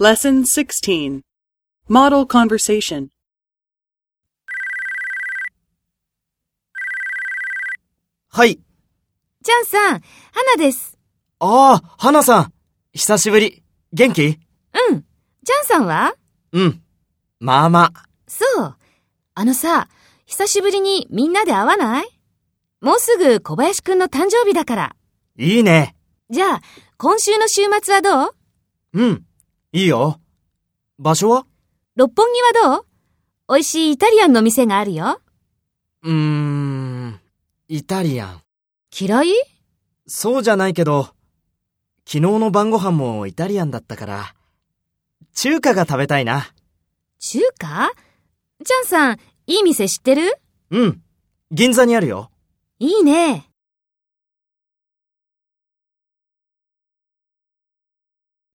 Lesson 16 Model Conversation はい。ちゃんさん、花です。ああ、花さん。久しぶり。元気うん。ちゃんさんはうん。まあまあ。そう。あのさ、久しぶりにみんなで会わないもうすぐ小林くんの誕生日だから。いいね。じゃあ、今週の週末はどううん。いいよ。場所は六本木はどう美味しいイタリアンの店があるよ。うーん。イタリアン。嫌いそうじゃないけど、昨日の晩ご飯もイタリアンだったから、中華が食べたいな。中華ちゃんさん、いい店知ってるうん。銀座にあるよ。いいね。